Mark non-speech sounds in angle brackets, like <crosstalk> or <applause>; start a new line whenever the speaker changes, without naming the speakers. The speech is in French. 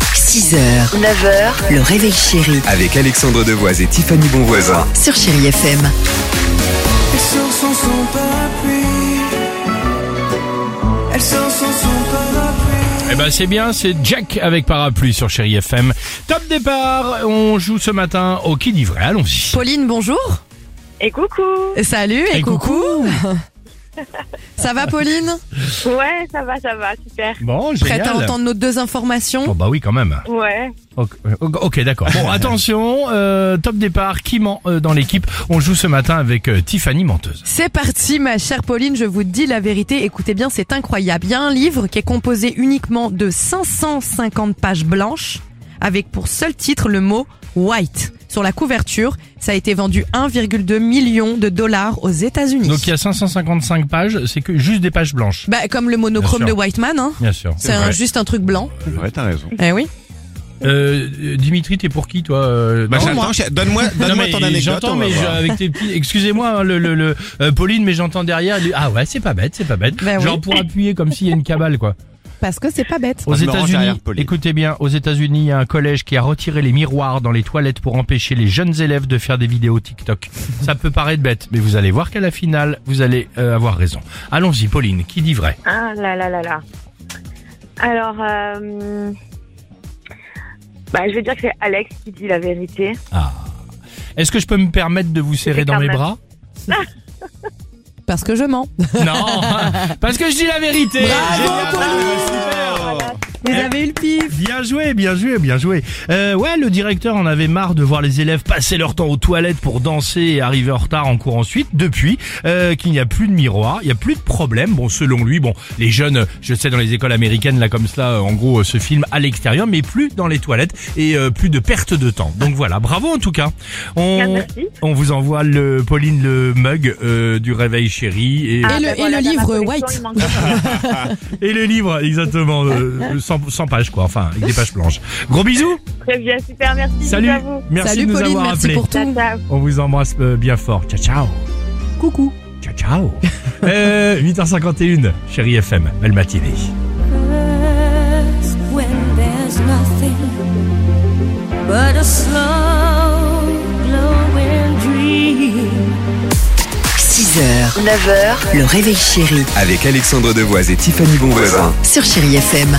6h, 9h, le réveil chéri
Avec Alexandre Devoise et Tiffany Bonvoisin.
sur Chéri FM.
Elle sort sans son parapluie. Elle sort sans son parapluie.
Eh ben c'est bien, c'est Jack avec parapluie sur Chéri FM. Top départ, on joue ce matin au qui dit vrai, allons-y.
Pauline, bonjour.
Et coucou
Salut et,
Et
coucou.
<laughs>
Ça va Pauline
Ouais, ça va, ça va, super.
Bon,
Prête à
génial.
entendre nos deux informations
Bon bah oui quand même.
Ouais.
Ok, ok, d'accord.
<laughs>
Bon attention, euh, top départ, qui ment euh, dans l'équipe On joue ce matin avec euh, Tiffany Menteuse.
C'est parti ma chère Pauline, je vous dis la vérité, écoutez bien, c'est incroyable. Il y a un livre qui est composé uniquement de 550 pages blanches avec pour seul titre le mot white. Sur la couverture, ça a été vendu 1,2 million de dollars aux États-Unis.
Donc il y a 555 pages, c'est que juste des pages blanches.
Bah, comme le
Bien
monochrome de
sûr.
Whiteman, hein.
Bien sûr.
C'est un- juste un truc blanc.
Ouais, t'as raison.
Eh oui.
Euh, euh, Dimitri, t'es pour qui toi euh,
Bah,
non,
j'attends,
moi
j'ai- donne-moi donne
Non,
moi
mais
ton anecdote.
J'entends,
on va
mais je-
voir.
avec tes petits. Excusez-moi, hein, le, le, le- euh, Pauline, mais j'entends derrière. du- Ah ouais, c'est pas bête, c'est pas bête.
Ben oui.
Genre pour appuyer comme s'il y a une cabale, quoi.
Parce que c'est pas bête.
Aux
Ah, je me range derrière
États-Unis,
Pauline.
écoutez bien, aux États-Unis, il y a un collège qui a retiré les miroirs dans les toilettes pour empêcher les jeunes élèves de faire des vidéos TikTok. Ça peut paraître bête, mais vous allez voir qu'à la finale, vous allez euh, avoir raison. Allons-y, Pauline, qui dit vrai
Ah là là là là. Alors, euh, bah, je vais dire que c'est Alex qui dit la vérité.
Ah. Est-ce que je peux me permettre de vous serrer dans
quand
mes
même.
bras
Parce que je mens.
Non,
<laughs>
parce que je dis la vérité. Génial.
Vous avez eu le pif.
Bien joué, bien joué, bien joué. Euh, ouais, le directeur en avait marre de voir les élèves passer leur temps aux toilettes pour danser et arriver en retard en cours ensuite. Depuis euh, qu'il n'y a plus de miroir, il n'y a plus de problème. Bon, selon lui, bon, les jeunes, je sais, dans les écoles américaines, là, comme ça, euh, en gros, euh, se filment à l'extérieur, mais plus dans les toilettes et euh, plus de perte de temps. Donc voilà, bravo en tout cas.
Bien,
Mmh.
On,
merci.
on vous envoie le Pauline le mug euh, du réveil chéri et,
Ah,
le-
bah
et le
dans ma
livre
collection,
White.
il manque ça.
et le livre exactement
<laughs>
euh, 100, 100 pages quoi, enfin avec des pages blanches. Gros bisous.
Très bien, super, merci.
Salut,
à vous.
merci
Salut
de nous
Pauline,
avoir
merci
appelés.
pour tout.
Ciao, ciao.
On vous embrasse euh, bien fort. Ciao, ciao.
Coucou.
Ciao,
<laughs>
ciao. euh, 8h51, chérie FM, belle matinée.
curse when there's nothing but a slow glowing dream.
6h, 9h, le réveil chéri
Avec Alexandre Devoise et Tiffany Bonvoisin.
sur Chéri FM.